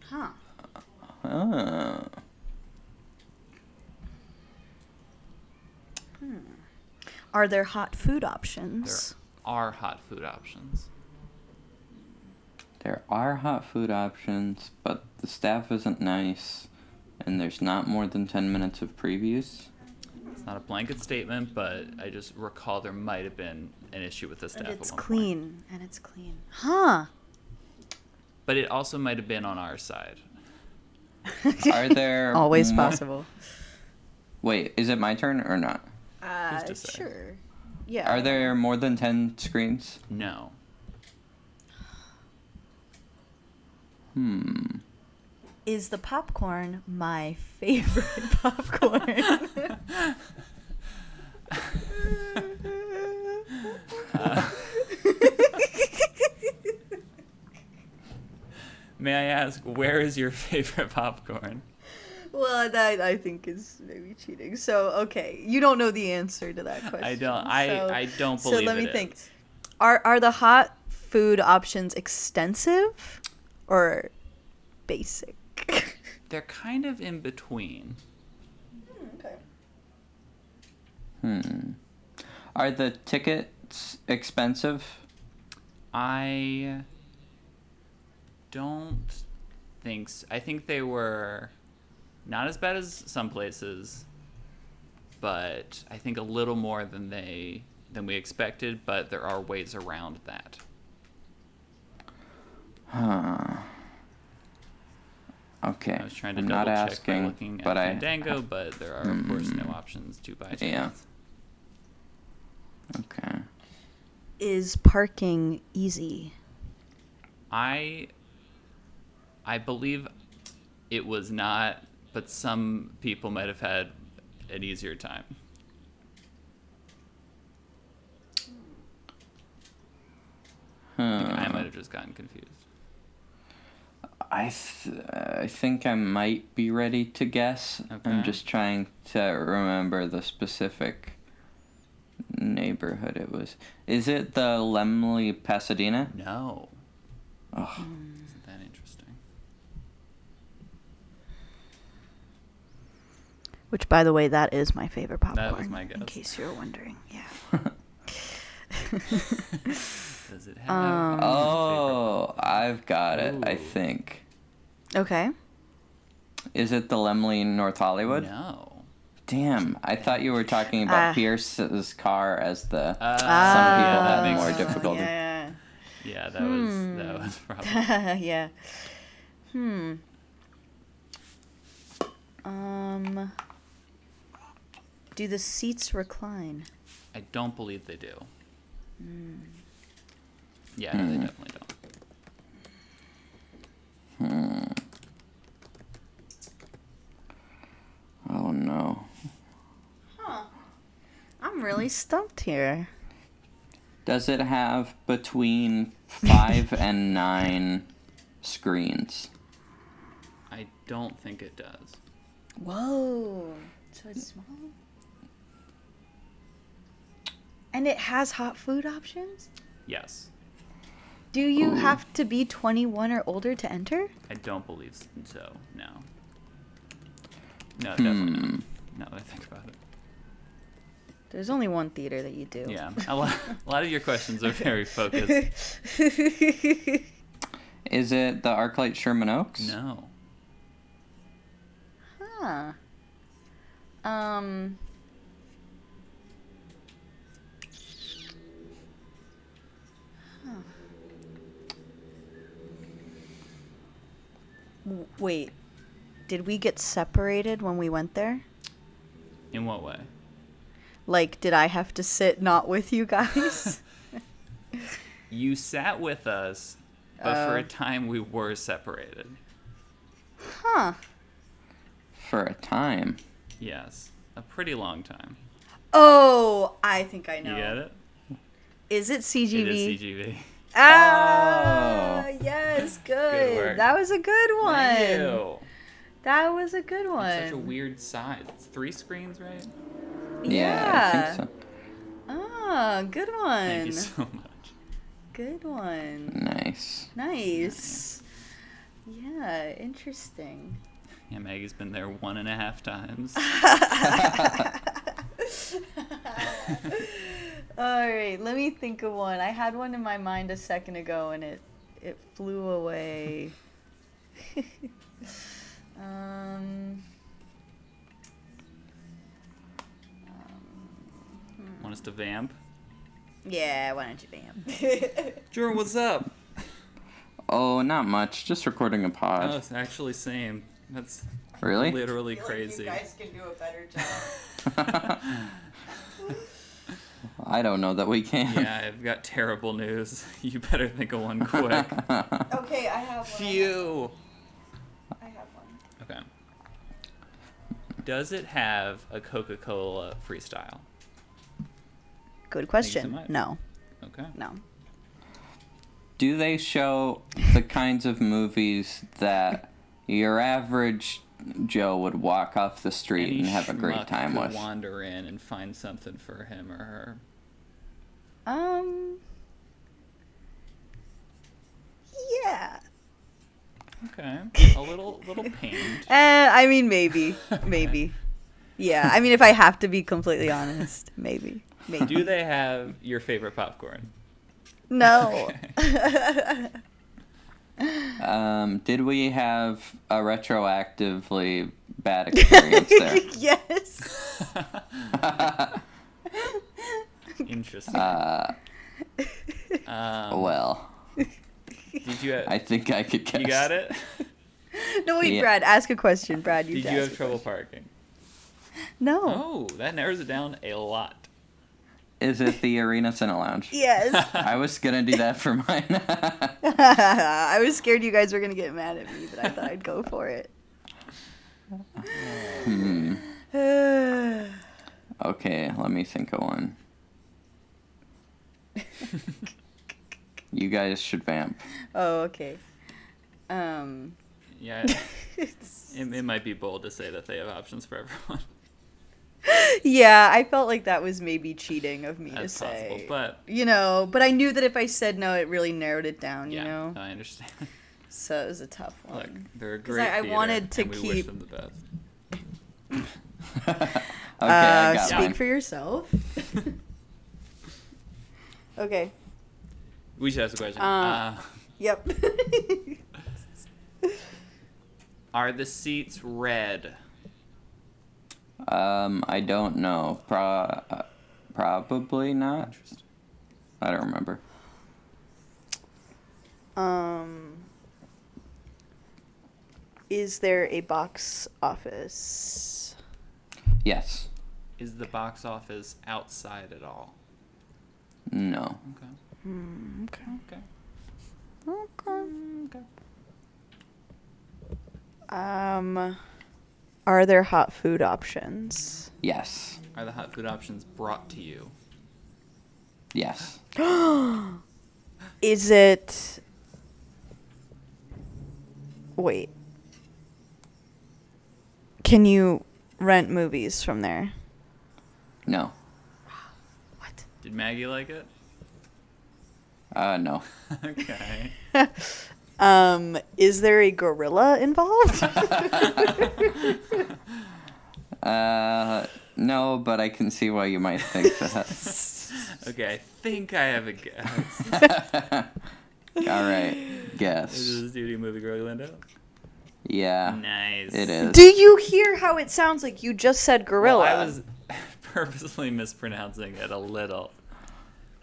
Speaker 3: Huh.
Speaker 1: Oh.
Speaker 3: Are there hot food options?
Speaker 2: Are hot food options.
Speaker 1: There are hot food options, but the staff isn't nice and there's not more than 10 minutes of previews.
Speaker 2: It's not a blanket statement, but I just recall there might have been an issue with the staff.
Speaker 3: And
Speaker 2: at
Speaker 3: it's
Speaker 2: one point.
Speaker 3: clean. And it's clean. Huh.
Speaker 2: But it also might have been on our side.
Speaker 1: Are there Mm.
Speaker 3: Always
Speaker 1: more-
Speaker 3: possible.
Speaker 1: Wait, is it my turn or not?
Speaker 3: Uh,
Speaker 2: to say?
Speaker 3: sure. Yeah.
Speaker 1: Are there more than 10 screens?
Speaker 2: No.
Speaker 1: Hmm.
Speaker 3: Is the popcorn my favorite popcorn?
Speaker 1: Uh,
Speaker 2: Uh, May I ask, where is your favorite popcorn?
Speaker 3: well, that I think is maybe cheating. So okay, you don't know the answer to that question.
Speaker 2: I don't. I
Speaker 3: so-
Speaker 2: I don't
Speaker 3: So
Speaker 2: believe.
Speaker 3: let me
Speaker 2: it
Speaker 3: think.
Speaker 2: is.
Speaker 3: Are are the hot food options extensive or basic?
Speaker 2: They're kind of in between.
Speaker 1: Hmm. Are the tickets expensive?
Speaker 2: I don't think. s I I think they were not as bad as some places, but I think a little more than they than we expected. But there are ways around that.
Speaker 1: Huh. Okay.
Speaker 2: I was trying to
Speaker 1: I'm
Speaker 2: double
Speaker 1: not
Speaker 2: check
Speaker 1: asking,
Speaker 2: by looking at
Speaker 1: but I- Mm-hmm.
Speaker 2: Fandango, but there are of course no options to buy.
Speaker 1: Yeah.
Speaker 2: tickets.
Speaker 1: Okay.
Speaker 3: Is parking easy?
Speaker 2: I I believe it was not, but some people might have had an easier time. I
Speaker 1: Huh.
Speaker 2: might have just gotten confused.
Speaker 1: I th- uh, I think I might be ready to guess.
Speaker 2: Okay.
Speaker 1: I'm just trying to remember the specific neighborhood it was. Is it the Lemley Pasadena?
Speaker 2: No. Mm-hmm.
Speaker 1: Ugh.
Speaker 2: Isn't that interesting?
Speaker 3: Which, by the way, that is my favorite popcorn.
Speaker 2: was my
Speaker 3: In
Speaker 2: guess.
Speaker 3: case you were wondering, yeah.
Speaker 2: Does it have? a
Speaker 1: Oh, I've got it. I
Speaker 2: Ooh.
Speaker 1: think.
Speaker 3: Okay.
Speaker 1: Is it the Lemley in North
Speaker 2: favorite-
Speaker 1: Hollywood?
Speaker 2: No.
Speaker 1: Damn, I thought you were talking about
Speaker 3: Ah.
Speaker 1: Pierce's car as the.
Speaker 2: Uh,
Speaker 1: people
Speaker 2: that
Speaker 3: Uh,
Speaker 1: have
Speaker 2: makes
Speaker 1: more
Speaker 2: sense.
Speaker 1: difficult- difficulty.
Speaker 3: Yeah.
Speaker 2: Yeah, that was that was probably.
Speaker 3: yeah. yeah. Hmm. Um. Do the seats recline?
Speaker 2: I don't believe they do. Yeah, no, they definitely don't.
Speaker 1: oh no.
Speaker 3: I'm really stumped here.
Speaker 1: Does it have between five and nine screens?
Speaker 2: I don't think it does.
Speaker 3: Whoa. So it's small. And it has hot food options?
Speaker 2: Yes,
Speaker 3: Do you have to be 21 or older to enter?
Speaker 2: I don't believe s- so. No. No,
Speaker 1: Hmm.
Speaker 2: definitely not. Now that I think about it.
Speaker 3: There's only one theater that you do.
Speaker 2: Yeah, a lot, a lot of your questions are very focused.
Speaker 1: Is it the ArcLight Sherman Oaks?
Speaker 2: No.
Speaker 3: Huh. Um. Huh. W- Wait, did we get separated when we went there?
Speaker 2: In what way?
Speaker 3: Like, did I have to sit not with you guys?
Speaker 2: You sat with us, but for
Speaker 4: Oh.
Speaker 2: a time we were separated.
Speaker 3: huh.
Speaker 1: For a time.
Speaker 2: Yes, a pretty long time.
Speaker 3: Oh, I think I know.
Speaker 2: You get it?
Speaker 3: Is it CGV?
Speaker 2: It is CGV.
Speaker 3: Ah,
Speaker 1: Oh.
Speaker 3: yes, good.
Speaker 2: work.
Speaker 3: that was a good one.
Speaker 2: Thank you.
Speaker 3: That was a good one.
Speaker 2: Such a weird size. It's three screens, right?
Speaker 1: Yeah, I think
Speaker 3: Ah, good one.
Speaker 2: Thank you so much.
Speaker 3: Good one.
Speaker 1: so. Nice.
Speaker 3: Nice. Yeah, interesting.
Speaker 2: Yeah, Maggie's been there one and a half times.
Speaker 3: All right, let me think of one. I had one in my mind a second ago and it it flew away. um
Speaker 2: Want us to vamp?
Speaker 3: hmm. Yeah, why don't you vamp?
Speaker 2: Jordan, what's up?
Speaker 1: Oh, not much. Just recording a
Speaker 2: Oh,
Speaker 1: pod.
Speaker 2: it's actually same. That's
Speaker 1: really?
Speaker 2: literally
Speaker 4: I feel like
Speaker 2: crazy.
Speaker 4: you guys can do a better job.
Speaker 1: I don't know that we can.
Speaker 2: yeah, I've got terrible news. You better think of one quick.
Speaker 4: okay, I have one.
Speaker 2: Phew.
Speaker 4: I have one.
Speaker 2: Okay. Does it have a Coca-Cola freestyle? Thank you
Speaker 3: Good question.
Speaker 2: so much.
Speaker 3: no,
Speaker 2: Okay.
Speaker 3: no.
Speaker 1: Do they show the kinds of movies that your average Joe would walk off the street
Speaker 2: Any
Speaker 1: and have a great
Speaker 2: schmuck
Speaker 1: time
Speaker 2: could
Speaker 1: with?
Speaker 2: Wander in and find something for him or her.
Speaker 3: Um. Yeah.
Speaker 2: Okay. A little little pained.
Speaker 3: Uh, I mean, maybe, maybe. Yeah, I mean, if I have to be completely honest, maybe, maybe.
Speaker 2: Do they have your favorite popcorn?
Speaker 3: No.
Speaker 1: Um, did we have a retroactively bad experience there?
Speaker 3: yes.
Speaker 2: Interesting.
Speaker 1: Uh,
Speaker 2: um,
Speaker 1: well,
Speaker 2: did you? Have,
Speaker 1: I think I could guess.
Speaker 2: you got it.
Speaker 3: No, wait,
Speaker 1: Yeah.
Speaker 3: Brad. Ask a question, Brad. You
Speaker 2: Did
Speaker 3: have
Speaker 2: you
Speaker 3: to
Speaker 2: have
Speaker 3: ask a
Speaker 2: trouble
Speaker 3: question.
Speaker 2: parking?
Speaker 3: No.
Speaker 2: Oh, that narrows it down a lot.
Speaker 1: Is it the Arena Cine Lounge?
Speaker 3: Yes.
Speaker 1: I was gonna do that for mine.
Speaker 3: I was scared you guys were gonna get mad at me, but I thought I'd go for it.
Speaker 1: hmm.
Speaker 3: okay.
Speaker 1: Okay, let me think of one. You guys should vamp.
Speaker 3: Oh, okay. Um.
Speaker 2: Yeah,
Speaker 3: it's-
Speaker 2: it, it might be bold to say that they have options for everyone.
Speaker 3: yeah, I felt like that was maybe cheating of me to
Speaker 2: That's
Speaker 3: say.
Speaker 2: possible, but
Speaker 3: you know, but I knew that if I said no, it really narrowed it down. You
Speaker 2: yeah,
Speaker 3: know,
Speaker 2: I understand.
Speaker 3: so it was a tough one.
Speaker 2: Look, they're a
Speaker 3: 'Cause
Speaker 2: great.
Speaker 3: I- I
Speaker 2: theater,
Speaker 3: wanted to
Speaker 2: and we wish
Speaker 3: keep-
Speaker 2: them the best.
Speaker 1: okay, I
Speaker 3: uh,
Speaker 1: got
Speaker 3: speak
Speaker 1: mine.
Speaker 3: for yourself. okay.
Speaker 2: We should ask a question.
Speaker 3: Uh,
Speaker 2: Uh,
Speaker 3: Yep.
Speaker 2: are the seats red?
Speaker 1: Um, I don't know. Pro- uh, probably not.
Speaker 2: Interesting.
Speaker 1: I don't remember.
Speaker 3: um. Is there a box office?
Speaker 1: Yes.
Speaker 2: Is the box office outside at all?
Speaker 1: No.
Speaker 2: Okay.
Speaker 3: Mm, Okay.
Speaker 2: Okay.
Speaker 3: Okay. Um, are there hot food options?
Speaker 1: Yes.
Speaker 2: Are the hot food options brought to you?
Speaker 1: Yes.
Speaker 3: Is it? Wait. Can you rent movies from there?
Speaker 1: No.
Speaker 3: What?
Speaker 2: Did Maggie like it?
Speaker 1: Uh, no.
Speaker 2: okay.
Speaker 3: Um, is there a gorilla involved?
Speaker 1: Uh, no, but I can see why you might think that.
Speaker 2: Okay, I think I have a guess.
Speaker 1: All right.
Speaker 2: Is
Speaker 1: Guess.
Speaker 2: this Duty Movie Girl Orlando?
Speaker 1: Yeah.
Speaker 2: Nice.
Speaker 1: It is.
Speaker 3: Do you hear how it sounds like you just said gorilla?
Speaker 2: Well, I was purposely mispronouncing it a little.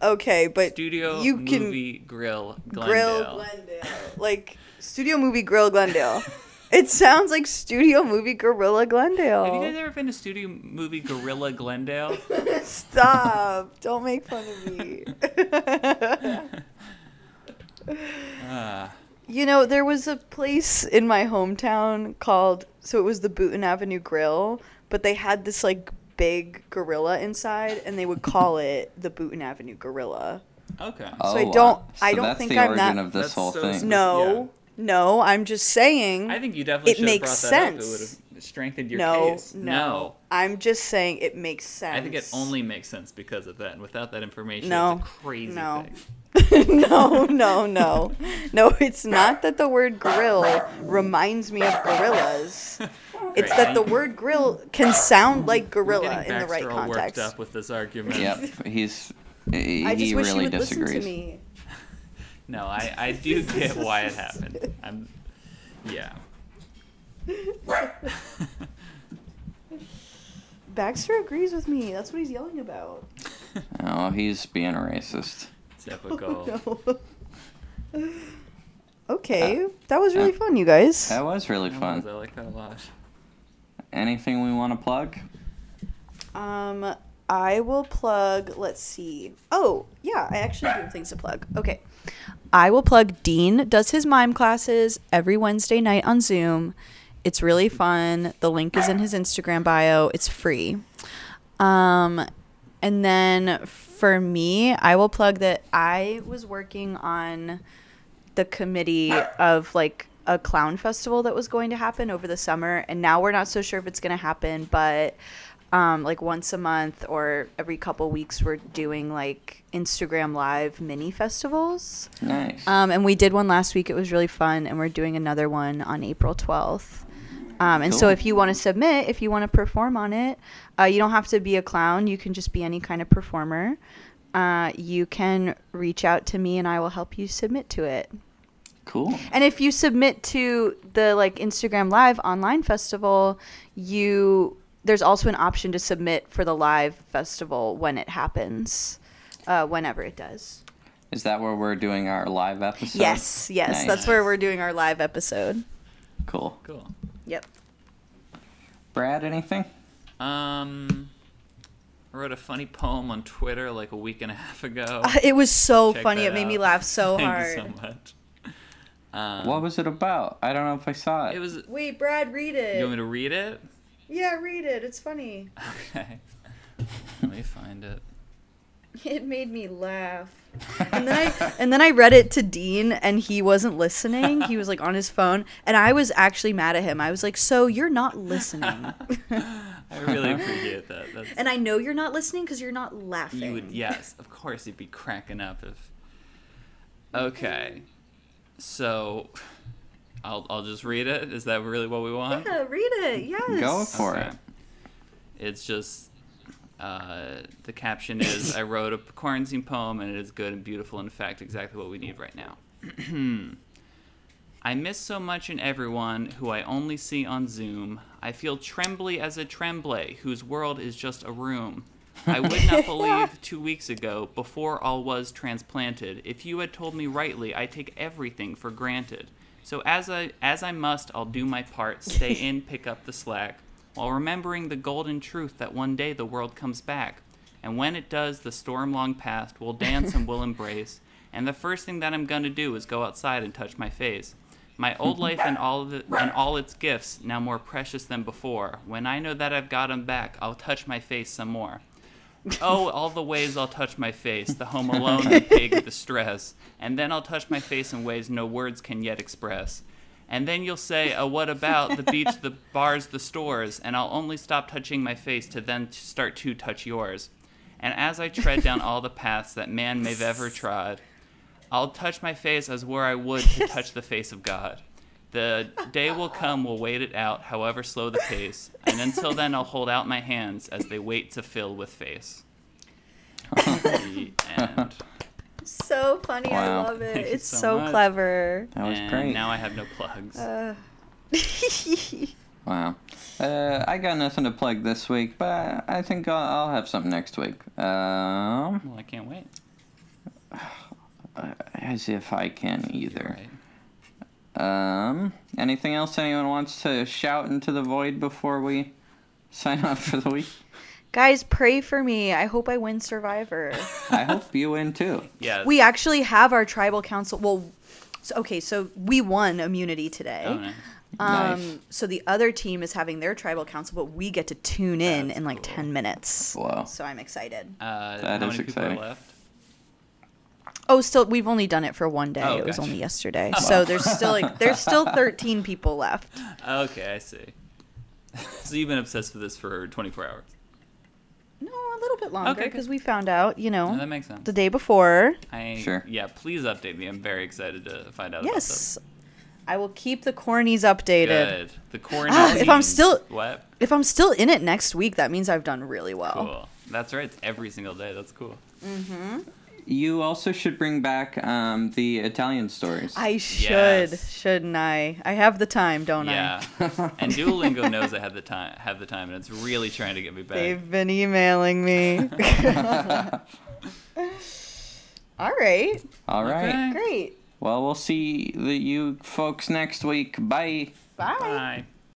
Speaker 3: okay, but
Speaker 2: Studio
Speaker 3: you can
Speaker 2: Movie Grill Glendale.
Speaker 3: grill Glendale, like studio movie grill Glendale. it sounds like studio movie gorilla Glendale.
Speaker 2: Have you guys ever been to Studio Movie Gorilla Glendale?
Speaker 3: Stop! Don't make fun of me.
Speaker 2: Ah,
Speaker 3: you know, there was a place in my hometown called, so it was the Booton Avenue Grill, but they had this like big gorilla inside and they would call it the Booton Avenue Gorilla.
Speaker 2: okay.
Speaker 1: Oh,
Speaker 3: I
Speaker 1: wow.
Speaker 3: don't- I
Speaker 1: So
Speaker 3: don't
Speaker 1: that's
Speaker 3: think
Speaker 1: the
Speaker 3: I'm
Speaker 1: origin
Speaker 3: that-
Speaker 1: of this
Speaker 2: That's
Speaker 1: whole
Speaker 2: so
Speaker 1: thing.
Speaker 2: sweet.
Speaker 3: No, no, I'm just saying.
Speaker 2: I think you definitely
Speaker 3: It
Speaker 2: should have
Speaker 3: makes
Speaker 2: brought that
Speaker 3: sense.
Speaker 2: up. It would have strengthened your
Speaker 3: no,
Speaker 2: case.
Speaker 3: no, I'm just saying it makes sense.
Speaker 2: I think it only makes sense because of that. And without that information,
Speaker 3: No.
Speaker 2: it's a crazy
Speaker 3: No.
Speaker 2: thing.
Speaker 3: no, no, no. No, it's not that the word grill reminds me of gorillas. It's
Speaker 2: Great,
Speaker 3: that the
Speaker 2: thank-
Speaker 3: word grill can sound like
Speaker 2: We're
Speaker 3: gorilla
Speaker 2: getting
Speaker 3: in the right
Speaker 2: Baxter all worked
Speaker 3: context.
Speaker 2: up with this argument.
Speaker 1: Yep. He's. He,
Speaker 3: I just
Speaker 1: he
Speaker 3: wish
Speaker 1: really
Speaker 3: you would
Speaker 1: disagrees.
Speaker 3: listen to me.
Speaker 2: No, I, I do get why it happened. I'm, yeah.
Speaker 3: Baxter agrees with me. That's what he's yelling about.
Speaker 1: Oh, he's being racist.
Speaker 2: Typical.
Speaker 3: Oh, No. okay,
Speaker 1: Uh,
Speaker 3: that was really fun, you guys.
Speaker 1: That was really fun.
Speaker 2: I like that a lot.
Speaker 1: Anything we want to plug?
Speaker 3: Um, I will plug. Let's see. Oh, yeah, I actually do have things to plug. Okay, I will plug. Dean does his mime classes every Wednesday night on Zoom. It's really fun. The link is in his Instagram bio. It's free. Um, and then for me, I will plug that I was working on the committee of like a clown festival that was going to happen over the summer and now we're not so sure if it's going to happen but um, like once a month or every couple weeks we're doing like instagram live mini festivals
Speaker 1: Nice.
Speaker 3: um, and we did one last week it was really fun and we're doing another one on april 12th um, and so
Speaker 1: Cool.
Speaker 3: if you want to submit if you want to perform on it uh, you don't have to be a clown you can just be any kind of performer uh, you can reach out to me and i will help you submit to it
Speaker 1: cool.
Speaker 3: and if you submit to the like Instagram Live online festival, you there's also an option to submit for the live festival when it happens, uh, whenever it does.
Speaker 1: Is that where we're doing our live episode?
Speaker 3: yes, yes,
Speaker 1: Nice.
Speaker 3: that's where we're doing our live episode.
Speaker 1: Cool.
Speaker 2: Cool.
Speaker 3: Yep.
Speaker 1: Brad, anything?
Speaker 2: Um, I wrote a funny poem on Twitter like a week and a half ago.
Speaker 3: It was so
Speaker 2: Oh, Check
Speaker 3: Oh, funny.
Speaker 2: that
Speaker 3: It made me
Speaker 2: out.
Speaker 3: laugh so
Speaker 2: Thank
Speaker 3: hard.
Speaker 2: you so much. Um,
Speaker 1: What was it about? I don't know if I saw it.
Speaker 2: it? Was you
Speaker 3: Wait, Brad, read it.
Speaker 2: want me to read it?
Speaker 3: yeah, read it. It's funny.
Speaker 2: Okay. Let me find it.
Speaker 3: It made me laugh. and then I and then I read it to Dean and he wasn't listening. He was like on his phone and I was actually mad at him. I was like, "So you're not listening."
Speaker 2: I really appreciate that. That's,
Speaker 3: and I know you're not listening cuz you're not laughing.
Speaker 2: you would, yes, of course, you'd be cracking up if. Okay, so I'll I'll just read it. Is that really what we want?
Speaker 3: Yeah, read it. Yes.
Speaker 1: Go for
Speaker 2: Okay.
Speaker 1: it.
Speaker 2: It's just uh, the caption is I wrote a quarantine poem and it is good and beautiful and in fact exactly what we need right now. I miss so much in everyone who I only see on Zoom. I feel trembly as a tremblay whose world is just a room. I would not believe two weeks ago, before all was transplanted, if you had told me rightly, I take everything for granted. So as I as I must, I'll do my part, stay in, pick up the slack, while remembering the golden truth that one day the world comes back. And when it does, the storm long past will dance and will embrace. And the first thing that I'm gonna do is go outside and touch my face. My old life and all of it, and all its gifts now more precious than before. When I know that I've got 'em back, I'll touch my face some more. Oh, all the ways I'll touch my face, the home alone, the pig, the stress, and then I'll touch my face in ways no words can yet express. And then you'll say, "Oh, what about the beach, the bars, the stores?" And I'll only stop touching my face to then t- start to touch yours. And as I tread down all the paths that man may have ever trod, I'll touch my face as were I would to touch the face of God. The day will come, we'll wait it out, however slow the pace. And until then, I'll hold out my hands as they wait to fill with face. The end.
Speaker 3: So funny.
Speaker 1: Wow.
Speaker 3: I love it.
Speaker 2: Thank you
Speaker 3: It's
Speaker 2: so
Speaker 3: so,
Speaker 2: much.
Speaker 3: clever.
Speaker 1: That was
Speaker 2: and
Speaker 1: great.
Speaker 2: now I have no plugs.
Speaker 3: Uh,
Speaker 1: Wow. Uh, I got nothing to plug this week, but I, I think I'll, I'll have something next week. Um,
Speaker 2: well, I can't wait.
Speaker 1: as if I can
Speaker 2: All
Speaker 1: either.
Speaker 2: right.
Speaker 1: Um, anything else anyone wants to shout into the void before we sign off for the week?
Speaker 3: guys, pray for me. I hope I win Survivor.
Speaker 1: I hope you win too.
Speaker 2: Yes.
Speaker 3: We actually have our tribal council. Well, so, okay, so we won immunity today.
Speaker 2: Oh, nice.
Speaker 3: Um,
Speaker 1: nice.
Speaker 3: So the other team is having their tribal council, but we get to tune in
Speaker 2: That's
Speaker 3: in like
Speaker 2: cool.
Speaker 3: 10 minutes.
Speaker 1: Wow.
Speaker 3: So I'm excited.
Speaker 2: Uh,
Speaker 1: That
Speaker 2: how
Speaker 1: is
Speaker 2: many
Speaker 1: exciting.
Speaker 2: people are left?
Speaker 3: Oh, still, we've only done it for one day.
Speaker 2: Oh,
Speaker 3: it was
Speaker 2: gotcha.
Speaker 3: only yesterday. So there's still like, there's still 13 people left.
Speaker 2: Okay, I see. so you've been obsessed with this for 24 hours.
Speaker 3: No, a little bit longer
Speaker 2: Okay, good.
Speaker 3: because
Speaker 2: Uh-huh.
Speaker 3: we found out, you know,
Speaker 2: No, that makes sense.
Speaker 3: the day before.
Speaker 2: I,
Speaker 1: Sure.
Speaker 2: Yeah, please update me. I'm very excited to find out.
Speaker 3: Yes. I will keep the cornies updated.
Speaker 2: About this. Good. The quarantine.
Speaker 3: Ah, if I'm still-
Speaker 2: what?
Speaker 3: If I'm still in it Oh. next week, that means I've done really well.
Speaker 2: Cool. That's right. It's every single day. That's cool.
Speaker 1: You also should bring back um, the Italian stories.
Speaker 3: I should,
Speaker 2: Yes.
Speaker 3: shouldn't I? I have the time, don't
Speaker 2: Yeah,
Speaker 3: I?
Speaker 2: and Duolingo knows I have the time. Have the time, and it's really trying to get me back.
Speaker 3: They've been emailing me. All right,
Speaker 1: All right.
Speaker 2: Okay.
Speaker 3: great.
Speaker 1: Well, we'll see the, you folks next week. Bye.
Speaker 3: Bye.
Speaker 2: Bye.